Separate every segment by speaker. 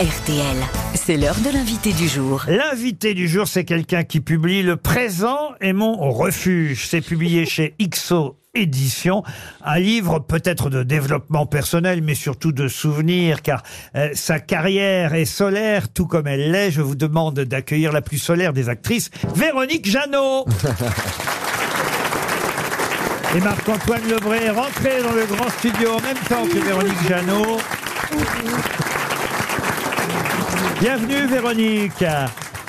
Speaker 1: RTL. C'est l'heure de l'invité du jour.
Speaker 2: L'invité du jour, c'est quelqu'un qui publie Le présent est mon refuge. C'est publié chez IXO Édition, un livre peut-être de développement personnel, mais surtout de souvenirs, car euh, sa carrière est solaire, tout comme elle l'est. Je vous demande d'accueillir la plus solaire des actrices, Véronique Jeannot. Et Marc-Antoine Lebré est rentré dans le grand studio en même temps que Véronique Jeannot. Bienvenue Véronique.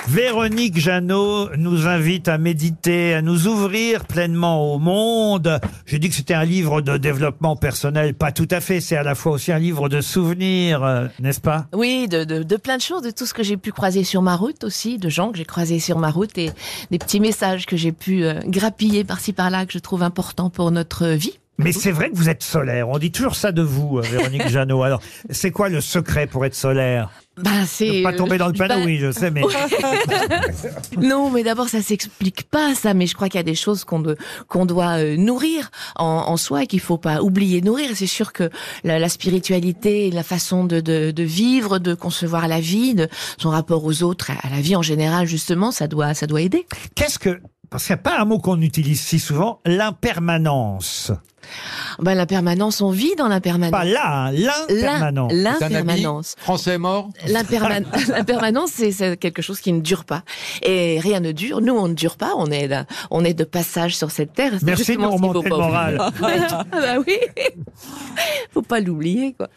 Speaker 2: Véronique Jeannot nous invite à méditer, à nous ouvrir pleinement au monde. J'ai dit que c'était un livre de développement personnel, pas tout à fait, c'est à la fois aussi un livre de souvenirs, euh, n'est-ce pas
Speaker 3: Oui, de, de, de plein de choses, de tout ce que j'ai pu croiser sur ma route aussi, de gens que j'ai croisés sur ma route et des petits messages que j'ai pu euh, grappiller par-ci par-là que je trouve importants pour notre vie.
Speaker 2: Mais c'est vrai que vous êtes solaire, on dit toujours ça de vous, euh, Véronique Jeannot. Alors, c'est quoi le secret pour être solaire
Speaker 3: Bah, c'est
Speaker 2: Ne pas
Speaker 3: euh,
Speaker 2: tomber dans le panneau,
Speaker 3: bah,
Speaker 2: oui, je sais, mais...
Speaker 3: Non, mais d'abord ça s'explique pas ça, mais je crois qu'il y a des choses qu'on de- qu'on doit euh, nourrir en, en soi et qu'il faut pas oublier de nourrir. Et C'est sûr que la, la spiritualité, la façon de, de, de vivre, de concevoir la vie, de son rapport aux autres, à la vie en général justement, ça doit ça doit aider.
Speaker 2: Qu'est-ce que... Parce qu'il n'y a pas un mot qu'on utilise si souvent, l'impermanence.
Speaker 3: Ben la permanence, on vit dans
Speaker 2: Pas
Speaker 3: l'impermanence.
Speaker 2: là, hein,
Speaker 3: L'im-
Speaker 2: l'impermanence.
Speaker 4: C'est un habit
Speaker 3: L'impermanence.
Speaker 4: Français mort
Speaker 3: L'imperman- L'impermanence, c'est- c'est quelque chose qui ne dure pas. Et rien ne dure. Nous, on ne dure pas. On est, là- on est de passage sur cette terre. C'est
Speaker 2: Merci de
Speaker 3: justement
Speaker 2: nous
Speaker 3: ce qu'il faut
Speaker 2: remonter le
Speaker 3: pas
Speaker 2: moral.
Speaker 3: oublier. Ah bah oui. faut pas l'oublier, quoi.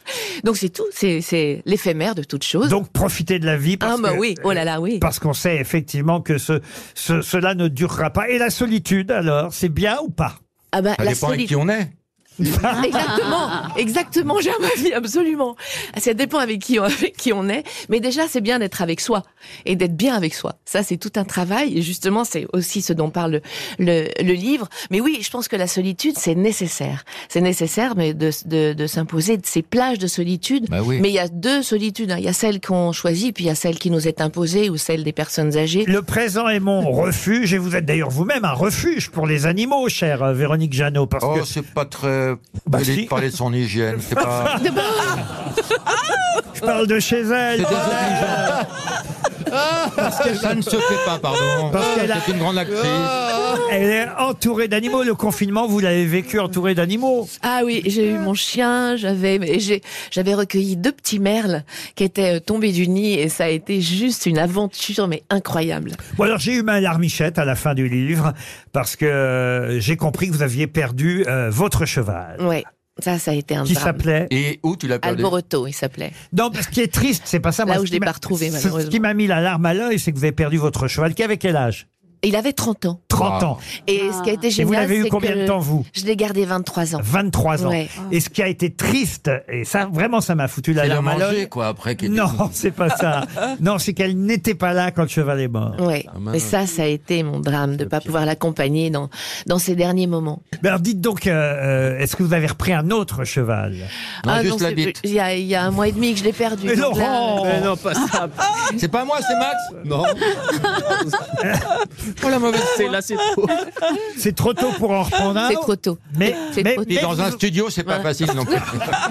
Speaker 3: Donc c'est tout. C'est, c'est l'éphémère de toute chose.
Speaker 2: Donc profitez de la vie parce
Speaker 3: ah bah
Speaker 2: que- euh,
Speaker 3: oui. Oh là là, oui.
Speaker 2: Parce qu'on sait effectivement que ce, ce- cela ne durera pas. Et la solitude, alors, c'est bien ou pas
Speaker 3: Ah bah
Speaker 4: Ça
Speaker 3: la
Speaker 4: dépend avec
Speaker 3: solitude.
Speaker 4: qui on est.
Speaker 3: Exactement, exactement, j'ai ma vie, absolument. Ça dépend avec qui, on, avec qui on est, mais déjà c'est bien d'être avec soi et d'être bien avec soi. Ça c'est tout un travail et justement c'est aussi ce dont parle le, le livre. Mais oui, je pense que la solitude c'est nécessaire. C'est nécessaire mais de, de, de s'imposer de ces plages de solitude.
Speaker 4: Bah oui.
Speaker 3: Mais il y a deux solitudes, hein. il y a celle qu'on choisit puis il y a celle qui nous est imposée ou celle des personnes âgées.
Speaker 2: Le présent est mon refuge, et vous êtes d'ailleurs vous-même un refuge pour les animaux, chère euh, Véronique Jeannot, parce
Speaker 4: Oh,
Speaker 2: que
Speaker 4: c'est pas très.
Speaker 2: Bah,
Speaker 4: Bah,
Speaker 2: si.
Speaker 4: de parler de son hygiène. C'est pas.
Speaker 2: je parle de chez elle.
Speaker 4: C'est désobligeant. Parce que ça ne se fait pas, pardon.
Speaker 2: Parce qu'elle a-
Speaker 4: C'est une grande actrice.
Speaker 2: Elle est entourée d'animaux. Le confinement, vous l'avez vécu entourée d'animaux.
Speaker 3: Ah oui, j'ai eu mon chien, j'avais mais j'ai- j'avais recueilli deux petits merles qui étaient euh, tombés du nid et ça a été juste une aventure mais incroyable.
Speaker 2: Bon, alors j'ai eu ma larmichette à la fin du livre, parce que euh, j'ai compris que vous aviez perdu euh, votre cheval,
Speaker 3: Ouais, ça ça a été un
Speaker 2: qui
Speaker 3: drame.
Speaker 2: s'appelait...
Speaker 4: Et où tu l'as perdu
Speaker 3: Alboroto, il s'appelait.
Speaker 2: Non, mais ce qui est triste, c'est pas ça.
Speaker 3: Là
Speaker 2: moi,
Speaker 3: où
Speaker 2: ce
Speaker 3: je
Speaker 2: qui
Speaker 3: l'ai
Speaker 2: m'a-
Speaker 3: pas retrouvé,
Speaker 2: ce- Ce
Speaker 3: malheureusement.
Speaker 2: qui m'a mis la larme à l'œil, c'est que vous avez perdu votre cheval. Qui avait quel âge
Speaker 3: Il avait 30 ans
Speaker 2: 30
Speaker 4: Ah.
Speaker 2: ans.
Speaker 3: et ce qui a été
Speaker 2: Et vous
Speaker 3: génial
Speaker 2: l'avez eu
Speaker 3: c'est
Speaker 2: combien
Speaker 3: que
Speaker 2: de temps, vous Ah,
Speaker 3: je l'ai gardé 23 ans.
Speaker 2: 23 ans.
Speaker 3: Ouais.
Speaker 2: Et ce qui a été triste, et ça, vraiment, ça m'a foutu la
Speaker 4: Elle a
Speaker 2: larme à
Speaker 4: mangé,
Speaker 2: l'œil.
Speaker 4: quoi, après. qu'il était-
Speaker 2: Non, c'est pas ça. Non, c'est qu'elle n'était pas là quand le cheval est mort.
Speaker 3: Ouais.
Speaker 4: Ah, mince.
Speaker 3: Et ça ça a été mon drame de pas pouvoir l'accompagner dans dans ces derniers moments.
Speaker 2: Mais alors, dites donc, euh, euh, est-ce que vous avez repris un autre cheval
Speaker 4: Non,
Speaker 3: ah
Speaker 4: juste la
Speaker 3: c'est-
Speaker 4: bite.
Speaker 3: il y a il y a un mois et demi que je l'ai perdu.
Speaker 2: Mais
Speaker 3: Donc là,
Speaker 2: Laurent
Speaker 3: euh,
Speaker 5: non, pas ça.
Speaker 4: C'est pas moi, c'est Max Non.
Speaker 5: Oh la mauvaise, c'est là, c'est trop.
Speaker 2: C'est trop tôt pour en reprendre un.
Speaker 3: c'est trop tôt.
Speaker 2: Mais,
Speaker 3: C'est
Speaker 2: mais,
Speaker 3: trop tôt.
Speaker 4: Et
Speaker 2: mais
Speaker 4: dans un
Speaker 2: vous-
Speaker 4: studio, c'est pas facile non plus.
Speaker 3: Ah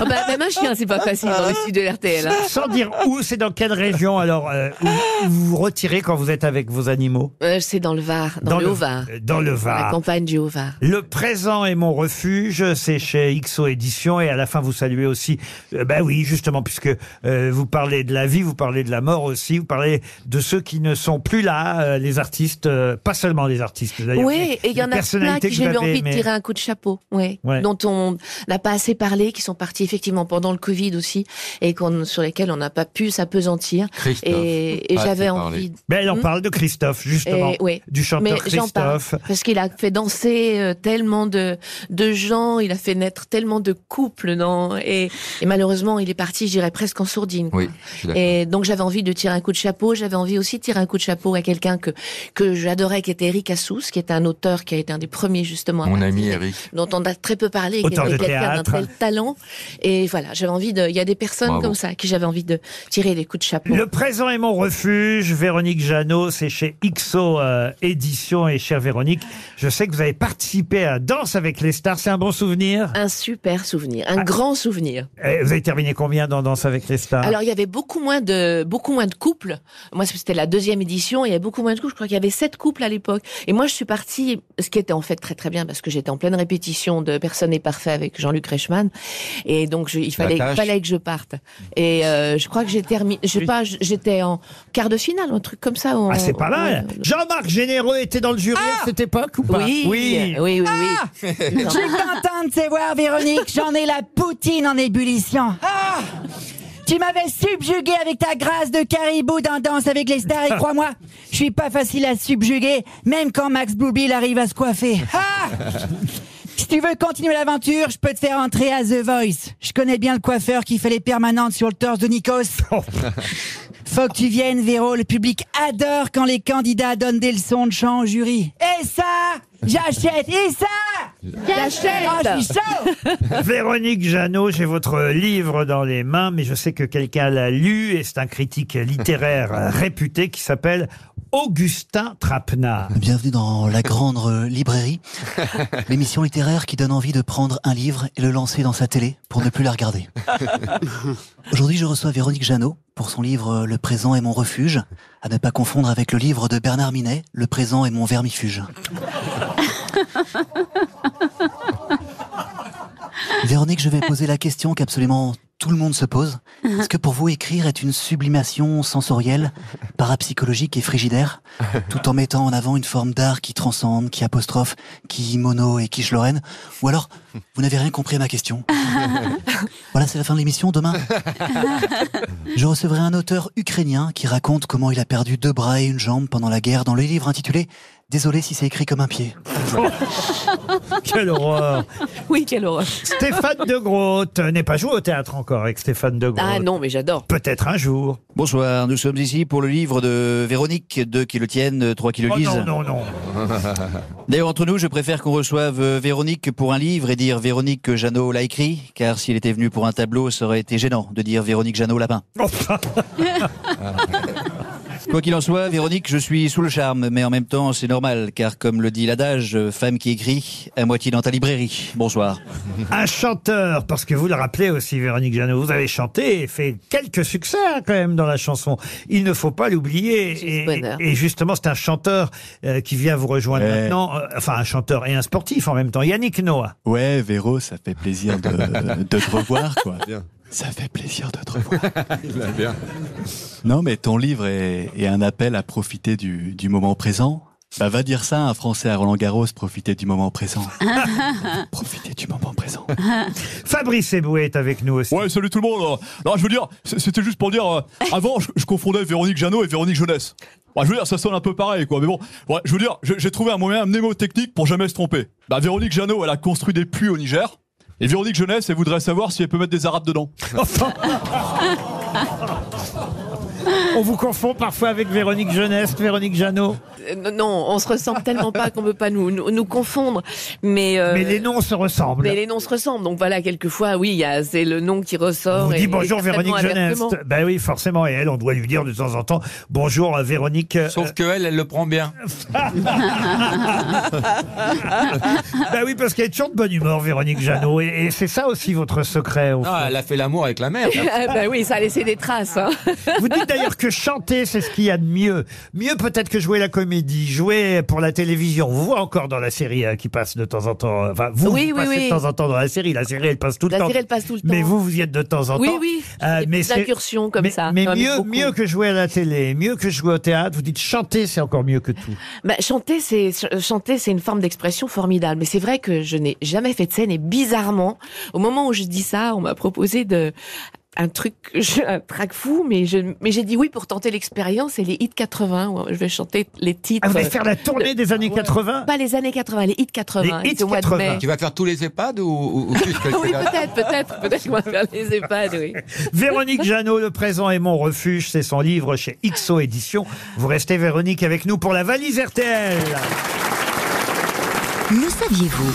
Speaker 3: bah, même un chien, c'est pas facile dans le studio de RTL. hein.
Speaker 2: sans dire où, c'est dans quelle région alors euh, où vous vous retirez quand vous êtes avec vos animaux
Speaker 3: Euh, c'est dans le Var, dans, le Haut-Var.
Speaker 2: euh, Dans le
Speaker 3: Dans La
Speaker 2: Var.
Speaker 3: campagne du Haut-Var.
Speaker 2: Le présent est mon refuge, c'est chez XO Édition et à la fin vous saluez aussi, euh, ben oui justement puisque euh, vous parlez de la vie, vous parlez de la mort aussi, vous parlez de ceux qui ne sont plus là, euh, les artistes, euh, pas seulement les artistes d'ailleurs.
Speaker 3: Oui, et il y en a plein
Speaker 2: personnalités
Speaker 3: qui
Speaker 2: que
Speaker 3: j'ai
Speaker 2: vous
Speaker 3: eu
Speaker 2: avez
Speaker 3: envie de
Speaker 2: aimées.
Speaker 3: tirer un coup de chapeau, ouais,
Speaker 2: Ouais.
Speaker 3: dont on n'a pas assez parlé, qui sont partis effectivement pendant le Covid aussi, et qu'on- sur lesquels on n'a pas pu s'apesantir.
Speaker 4: Christophe.
Speaker 3: Et, et
Speaker 4: pas
Speaker 3: j'avais
Speaker 4: assez parlé.
Speaker 3: envie.
Speaker 2: Mais ben, elle en parle de Christophe justement,
Speaker 3: Et- ouais.
Speaker 2: du
Speaker 3: Hmm Eh Mais
Speaker 2: chanteur
Speaker 3: j'en parle
Speaker 2: Christophe.
Speaker 3: parce qu'il a fait danser euh, tellement de, de gens, il a fait naître tellement de couples, non et, et malheureusement, il est parti, je dirais presque en sourdine.
Speaker 4: Oui, je suis d'accord.
Speaker 3: Et donc j'avais envie de tirer un coup de chapeau. J'avais envie aussi de tirer un coup de chapeau à quelqu'un que que j'adorais, qui était Eric Assous, qui est un auteur qui a été un des premiers justement. à
Speaker 5: Mon
Speaker 3: partir
Speaker 5: ami
Speaker 3: des-
Speaker 5: Eric.
Speaker 3: dont on a très peu parlé, et
Speaker 2: Auteur
Speaker 3: qui
Speaker 2: de
Speaker 3: était quelqu'un d'un
Speaker 2: théâtre.
Speaker 3: tel talent. Et voilà, j'avais envie de. Il y a des personnes
Speaker 5: Bravo.
Speaker 3: comme ça qui j'avais envie de tirer des coups de chapeau.
Speaker 2: Le présent est mon refuge, Véronique Jeannot, c'est chez XO euh, Édition. Et chère Véronique, je sais que vous avez participé à Danse avec les stars, c'est un bon souvenir
Speaker 3: Un super souvenir, un
Speaker 2: Ah.
Speaker 3: grand souvenir.
Speaker 2: Eh, Vous avez terminé combien dans Danse avec les stars
Speaker 3: Alors il y avait beaucoup moins de beaucoup moins de couples. Moi c'était la deuxième édition, il y avait beaucoup moins de couples. Je crois qu'il y avait sept couples à l'époque. Et moi je suis partie, ce qui était en fait très très bien parce que j'étais en pleine répétition de Personne n'est parfait avec Jean-Luc Reichmann. Et donc je- il fallait
Speaker 4: tâche.
Speaker 3: fallait que je parte. Et euh, je crois que j'ai terminé, je sais pas, j'étais en quart de finale, un truc comme ça. en-
Speaker 2: Ah, c'est pas mal
Speaker 3: en-
Speaker 2: Jean-Marc Généreux était dans le jury à cette époque ou pas
Speaker 3: euh, Ah, Oui, oui, oui, oui. Non.
Speaker 6: Je suis contente de te voir, Véronique. J'en ai la poutine en ébullition. Ah tu m'avais subjugué avec ta grâce de caribou dans Danse avec les stars et crois-moi, je suis pas facile à subjuguer, même quand Max Bluebill arrive à se coiffer. Ah si tu veux continuer l'aventure, je peux te faire entrer à The Voice. Je connais bien le coiffeur qui fait les permanentes sur le torse de Nikos. Faut que tu viennes, Véro. Le public adore quand les candidats donnent des leçons de chant au jury. Et ça, j'achète. Et ça, j'achète. Oh, je suis chaud.
Speaker 2: Véronique Jeannot, j'ai votre livre dans les mains, mais je sais que quelqu'un l'a lu et c'est un critique littéraire euh, réputé qui s'appelle Augustin Trapenard.
Speaker 7: Bienvenue dans la grande euh, librairie, l'émission littéraire qui donne envie de prendre un livre et le lancer dans sa télé pour ne plus la regarder. Aujourd'hui, je reçois Véronique Jeannot pour son livre euh, Le présent est mon refuge, à ne pas confondre avec le livre de Bernard Minet, Le présent est mon vermifuge. Véronique, je vais poser la question qu'absolument tout le monde se pose. Est-ce que pour vous, écrire est une sublimation sensorielle, parapsychologique et frigidaire, tout en mettant en avant une forme d'art qui transcende, qui apostrophe, qui mono et qui Lorraine Ou alors, vous n'avez rien compris à ma question Voilà, c'est la fin de l'émission. Demain, je recevrai un auteur ukrainien qui raconte comment il a perdu deux bras et une jambe pendant la guerre dans le livre intitulé Désolé si c'est écrit comme un pied.
Speaker 2: Quelle horreur
Speaker 3: Oui, quelle horreur.
Speaker 2: Stéphane de Groot n'est pas joué au théâtre encore avec Stéphane de Groot.
Speaker 3: Ah non, mais j'adore.
Speaker 2: Peut-être un jour.
Speaker 8: Bonsoir, nous sommes ici pour le livre de Véronique, deux qui le tiennent, trois qui le
Speaker 2: Oh
Speaker 8: lisent.
Speaker 2: non, non, non.
Speaker 8: D'ailleurs, entre nous, je préfère qu'on reçoive euh, Véronique pour un livre et dire Véronique que Jeannot l'a écrit, car s'il était venu pour un tableau, ça aurait été gênant de dire Véronique Jeannot l'a peint.
Speaker 2: Enfin,
Speaker 8: Quoi qu'il en soit, Véronique, je suis sous le charme, mais en même temps, c'est normal, car comme le dit l'adage, euh, femme qui écrit, à moitié dans ta librairie. Bonsoir.
Speaker 2: un chanteur, parce que vous le rappelez aussi, Véronique Jeannot, vous avez chanté et fait quelques succès hein, quand même dans la chanson. Il ne faut pas l'oublier. Et,
Speaker 3: bonheur.
Speaker 2: et justement, c'est un chanteur euh, qui vient vous rejoindre
Speaker 8: Ouais.
Speaker 2: maintenant. euh, enfin, un chanteur et un sportif en même temps. Yannick Noah.
Speaker 7: Ouais, Véro, ça fait plaisir de, de te revoir, quoi.
Speaker 5: Bien.
Speaker 7: Ça fait plaisir de te revoir.
Speaker 5: Il a bien.
Speaker 7: Non, mais ton livre est, est un appel à profiter du, du moment présent. Bah, va dire ça à un Français à Roland Garros, profiter du moment présent. profiter du moment présent.
Speaker 2: Fabrice Eboué est avec nous aussi.
Speaker 9: Ouais, salut tout le monde. hein. Non, je veux dire, c- c'était juste pour dire, euh, avant, je, je confondais Véronique Jeannot et Véronique Jeunesse. Ouais, je veux dire, ça sonne un peu pareil, quoi. Mais bon, ouais, je veux dire, je- j'ai trouvé un moyen mnémotechnique pour jamais se tromper. Bah, Véronique Jeannot, elle a construit des puits au Niger. Et Véronique Jeunesse, elle voudrait savoir si elle peut mettre des Arabes dedans.
Speaker 2: Enfin. On vous confond parfois avec Véronique Jeunesse, Véronique Jeannot.
Speaker 3: Euh, Non, on se ressemble tellement pas qu'on peut pas nous, nous, nous confondre. Mais, euh,
Speaker 2: Mais les noms se ressemblent.
Speaker 3: Mais les noms se ressemblent, donc voilà, quelquefois, oui, il y a- c'est le nom qui ressort.
Speaker 2: On vous
Speaker 3: et-
Speaker 2: dit
Speaker 3: et
Speaker 2: bonjour
Speaker 3: certainement
Speaker 2: Véronique Jeunesse.
Speaker 3: inversement.
Speaker 2: Ben oui, forcément. Et elle, on doit lui dire de temps en temps bonjour euh, Véronique. euh,
Speaker 4: Sauf que elle, elle le prend bien.
Speaker 2: ben oui, parce qu'elle est toujours de bonne humeur, Véronique Jeannot. Et, et c'est ça aussi votre secret. au fond.
Speaker 4: Ah, elle a fait l'amour avec la mère.
Speaker 3: Ah, bah oui, ça a laissé des traces. hein.
Speaker 2: Vous dites d'ailleurs que chanter, c'est ce qu'il y a de mieux. Mieux peut-être que jouer la comédie, jouer pour la télévision. On vous voit encore dans la série euh, qui passe de temps en temps. euh, Enfin, vous,
Speaker 3: Oui,
Speaker 2: vous
Speaker 3: oui,
Speaker 2: passez
Speaker 3: oui.
Speaker 2: de temps en temps dans la série. La série, elle passe tout le
Speaker 3: La
Speaker 2: temps.
Speaker 3: série, elle passe tout le
Speaker 2: Mais
Speaker 3: temps.
Speaker 2: vous, vous y êtes de temps en
Speaker 3: Oui,
Speaker 2: temps.
Speaker 3: oui. Des petites incursions comme
Speaker 2: Euh, mais-
Speaker 3: ça,
Speaker 2: Mais
Speaker 3: quand même,
Speaker 2: mieux,
Speaker 3: beaucoup.
Speaker 2: mieux que jouer à la télé, mieux que jouer au théâtre. Vous dites chanter, c'est encore mieux que tout.
Speaker 3: Bah, chanter, c'est ch- euh, chanter, c'est une forme d'expression formidable. Mais c'est vrai que je n'ai jamais fait de scène et bizarrement, au moment où je dis ça, on m'a proposé de un truc, je- un track fou, mais je- mais j'ai dit oui pour tenter l'expérience et les hits 80. ouais, Je vais chanter les titres.
Speaker 2: Ah, vous allez faire la tournée des années 80
Speaker 3: Pas les années 80, les hits 80.
Speaker 2: Les
Speaker 3: et
Speaker 2: hits
Speaker 3: c'est au mois de
Speaker 2: 80.
Speaker 3: mai.
Speaker 4: Tu vas faire tous les EHPAD ou, ou, ou juste quelques-
Speaker 3: Oui, peut-être, peut-être, peut-être qu'on va faire les EHPAD, oui.
Speaker 2: Véronique Jeannot, Le présent est mon refuge, c'est son livre chez XO Édition. Vous restez Véronique avec nous pour la valise RTL.
Speaker 1: Le saviez-vous